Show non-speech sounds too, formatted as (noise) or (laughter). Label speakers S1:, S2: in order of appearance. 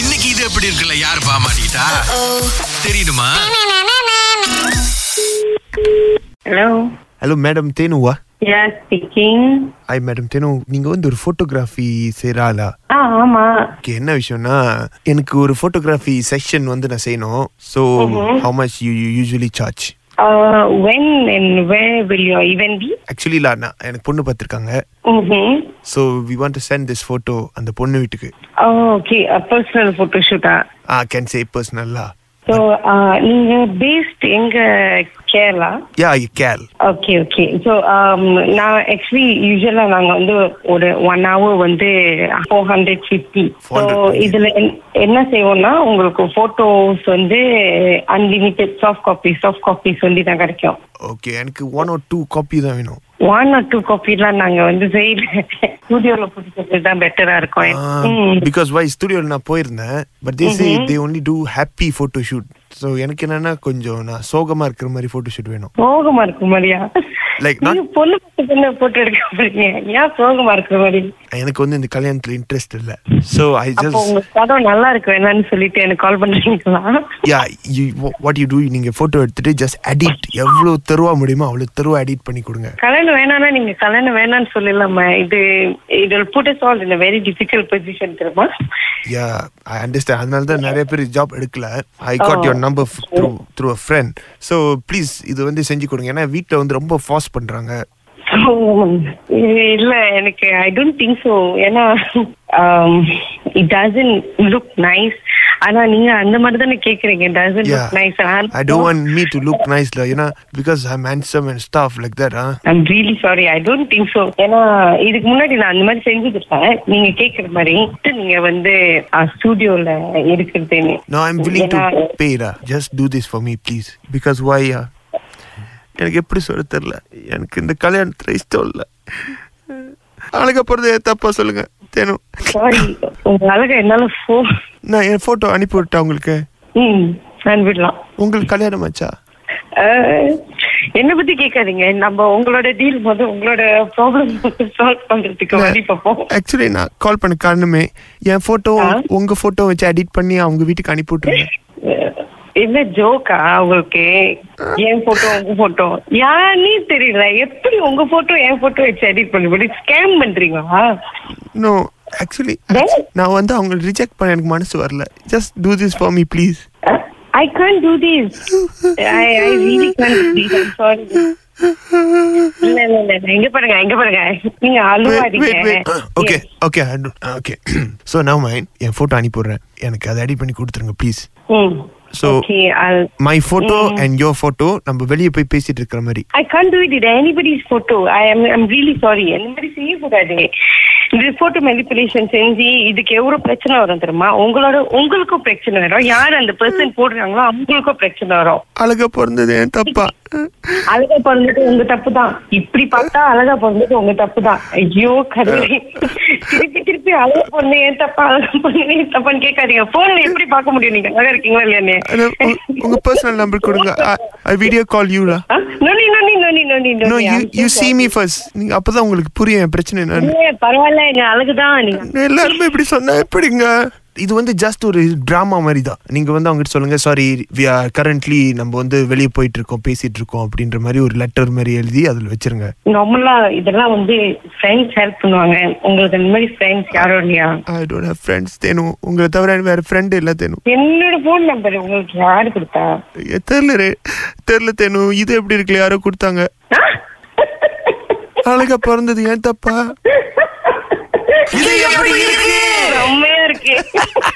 S1: இன்னைக்கு இது எப்படி இருக்குல்ல யாரு பாமாட்டா தெரியுமா
S2: Hello.
S3: ஹலோ மேடம் தேனுவா
S2: Yeah, speaking.
S3: I madam Thenu நீங்க வந்து ஒரு போட்டோகிராஃபி செய்யறாளா
S2: ஆ ஆமா
S3: ஓகே என்ன விஷயம்னா எனக்கு ஒரு போட்டோகிராஃபி செக்ஷன் வந்து நான் செய்யணும் so how much you you usually charge
S2: Uh, when and where will your event be?
S3: Actually இல்லை நான் எனக்கு பொண்ணு பார்த்துருக்காங்க
S2: Mm-hmm.
S3: So we want to send this photo அந்த பொண்ணு வீட்டுக்கு Ah,
S2: Oh, okay. A personal photo shoot ah
S3: ah can say பர்சனலா
S2: so நீங்க பேஸ்ட் எங்க கேரளா
S3: யா ஐ கேல்
S2: ஓகே ஓகே ஸோ நான் ஆக்சுவலி யூஸ்வலாக நாங்கள் வந்து ஒரு ஒன் ஹவர் வந்து ஃபோர் ஹண்ட்ரட் ஃபிஃப்டி ஸோ
S3: 450.
S2: இதில் என்ன செய்வோம்னா உங்களுக்கு ஃபோட்டோஸ் வந்து unlimited soft copy soft copies சொல்லி தான் கிடைக்கும்
S3: ஓகே எனக்கு ஒன் ஆர் டூ காப்பி தான் வேணும்
S2: ஒன் ஆர் டூ காப்பிலாம் நாங்க வந்து செய்யல ஸ்டுடியோல புடிச்சது தான் பெட்டரா இருக்கும்
S3: Ah,
S2: ம்.
S3: பிகாஸ் வை ஸ்டுடியோவில் நான் போயிருந்தேன் but they say
S2: Mm-hmm.
S3: They only do happy photo shoot so எனக்கு என்னன்னா கொஞ்சம் நான் சோகமாக இருக்கிற மாதிரி ஃபோட்டோ ஷூட் வேணும்
S2: சோகமா இருக்கு மாதிரியா
S3: Like
S2: நீங்க பொண்ணு பார்த்து பொண்ணு போட்டு எடுக்க போறீங்க ஏன் சோகமா இருக்கிற மாதிரி
S3: எனக்கு வந்து இந்த கல்யாணத்துல இன்ட்ரெஸ்ட் இல்ல சோ ஐ
S2: அப்போ
S3: ஜஸ்ட்
S2: உங்க படம் நல்லா இருக்கு என்னன்னு சொல்லிட்டு எனக்கு கால் பண்றீங்களா
S3: yeah you what you do நீங்க போட்டோ எடுத்துட்டு ஜஸ்ட் எடிட் எவ்வளவு தருவா முடியுமோ அவ்வளவு தருவா எடிட் பண்ணி கொடுங்க
S2: கல்யாணம் வேணாம்னா நீங்க கல்யாணம் வேணாம்னு சொல்லலாமா இது இது but is all in very difficult position தெரியுமா
S3: யா ஐ அண்டர்ஸ்டாண்ட் அதனால தான் நிறைய பேர் ஜாப் எடுக்கல I got
S2: Oh.
S3: Your number through through a friend so please இது வந்து செஞ்சு கொடுங்க ஏன்னா வீட்டில் வந்து ரொம்ப ஃபாஸ்ட் பண்றாங்க
S2: இல்ல எனக்கு ஐ டோன்ட் திங்க் ஸோ ஏன்னா um, it doesn't look nice ஆனா நீங்க அந்த மாதிரி தானே கேக்குறீங்க doesn't
S3: yeah
S2: look nice
S3: I don't want me to look நைஸ்ல ஏன்னா because I handsome and stuff like that ah
S2: I'm really sorry I don't think so ஏன்னா இதுக்கு முன்னாடி நான் அந்த மாதிரி செஞ்சுருப்பேன் நீங்க கேக்குற மாதிரி நீங்க வந்து ஸ்டுடியோல இருக்கிறதுன்னு
S3: No, I'm willing
S2: ஏன்னா-
S3: to pay. Da. Just do this for me, please. Because why? Uh, எனக்கு எப்படி சொல்ல தெரியல எனக்கு இந்த கல்யாணத்துல இஷ்டம் இல்லை அழகா போறது தப்பா சொல்லுங்க தேனும்
S2: சாரி உங்க அழகா என்னால போ
S3: நான் என் போட்டோ அனுப்பி விட்டேன் உங்களுக்கு
S2: ம் அனுப்பிடலாம்
S3: உங்களுக்கு கல்யாணம் ஆச்சா
S2: அஹ், என்ன பத்தி கேட்காதீங்க நம்ம உங்களோட டீல் போது உங்களோட ப்ராப்ளம் சால்வ் பண்றதுக்கு வழி பார்ப்போம்
S3: ஆக்சுவலி நான் கால் பண்ண காரணமே என் போட்டோ உங்க போட்டோ வச்சு எடிட் பண்ணி அவங்க வீட்டுக்கு அனுப்பி விட்டுருங்க
S2: அஹ், என்ன ஜோக்கா உங்களுக்கு என் போட்டோ உங்க போட்டோ யாருன்னே தெரியல எப்படி உங்க போட்டோ என் போட்டோ வச்சு எடிட் பண்ணி ஸ்கேம் பண்றீங்களா
S3: நோ ஆக்சுவலி
S2: Then-
S3: நான் வந்து அவங்க ரிஜெக்ட் பண்ண எனக்கு மனசு வரல just do this for me please
S2: I can't do this I I really can't do this sorry இல்ல இல்ல இல்ல எங்க பாருங்க எங்க பாருங்க
S3: wait, wait,
S2: நீங்க
S3: wait.
S2: அழுவாதீங்க
S3: Okay, okay, I don't- ah, okay. (clears throat) so now mine, N photo அனுப்பிடுறேன் எனக்கு அதை edit பண்ணி கொடுத்துருங்க ப்ளீஸ்
S2: ம்
S3: So-
S2: okay I
S3: my photo and your photo நம்ம வெளியே போய் பேசிட்டு இருக்கிற மாதிரி
S2: I can't do it in anybody's photo. I am I'm really sorry. anybody செய்யக்கூடாது இந்த போட்டோ மெனிப்புலேஷன் செஞ்சு இதுக்கு எவ்வளவு பிரச்சனை வரும் தெரியுமா உங்களோட உங்களுக்கும் பிரச்சனை வரும் யார் அந்த பர்சன் போடுறாங்களோ அவங்களுக்கும் பிரச்சனை வரும்
S3: அழகா பிறந்தது ஏன் தப்பா (laughs)
S2: அழகா பிறந்தது உங்க தப்பு தான் இப்படி பார்த்தா அழகா பிறந்தது உங்க தப்பு தான் ஐயோ கடவுளே திருப்பி திருப்பி அழகா பிறந்த ஏன் தப்பா அழகா பிறந்த ஏன் தப்பான்னு கேட்காதீங்க போன்ல எப்படி பார்க்க முடியும் நீங்க அழகா இருக்கீங்களா
S3: ஆனா, உ- உங்க பர்சனல் நம்பர் கொடுங்க வீடியோ கால் யூலா நோ யூ யூ see
S2: இல்லையான்னு
S3: me first நீங்க அப்பதான் உங்களுக்கு புரியும் என் பிரச்சனை என்னன்னு
S2: பரவாயில்ல எங்க அழகுதான் நீங்க
S3: எல்லாருமே இப்படி சொன்னா எப்படிங்க இது வந்து ஜஸ்ட் ஒரு டிராமா மாதிரி தான் நீங்க வந்து அவங்ககிட்ட சொல்லுங்க சாரி வி ஆர் கரண்ட்லி நம்ம வந்து வெளியே போயிட்டு இருக்கோம் பேசிட்டு இருக்கோம் அப்படின்ற மாதிரி ஒரு லெட்டர் மாதிரி எழுதி அதுல வச்சிருங்க
S2: நார்மலா இதெல்லாம் வந்து ஃப்ரெண்ட்ஸ் ஹெல்ப் பண்ணுவாங்க உங்களுக்கு இந்த மாதிரி ஃப்ரெண்ட்ஸ் யாரும் இல்லையா
S3: ஐ டோன்ட் ஹேவ் ஃப்ரெண்ட்ஸ் தேனும் உங்களை தவிர வேற ஃப்ரெண்டு இல்லை தேனும்
S2: என்னோட போன் நம்பர் உங்களுக்கு யாரு கொடுத்தா
S3: ஏ, தெரியல ரே தெரியல தேனும் இது எப்படி இருக்குல்ல யாரோ கொடுத்தாங்க அழகா பிறந்தது ஏன் தப்பா
S1: இது எப்படி இருக்கு
S2: செம்மையா இருக்கு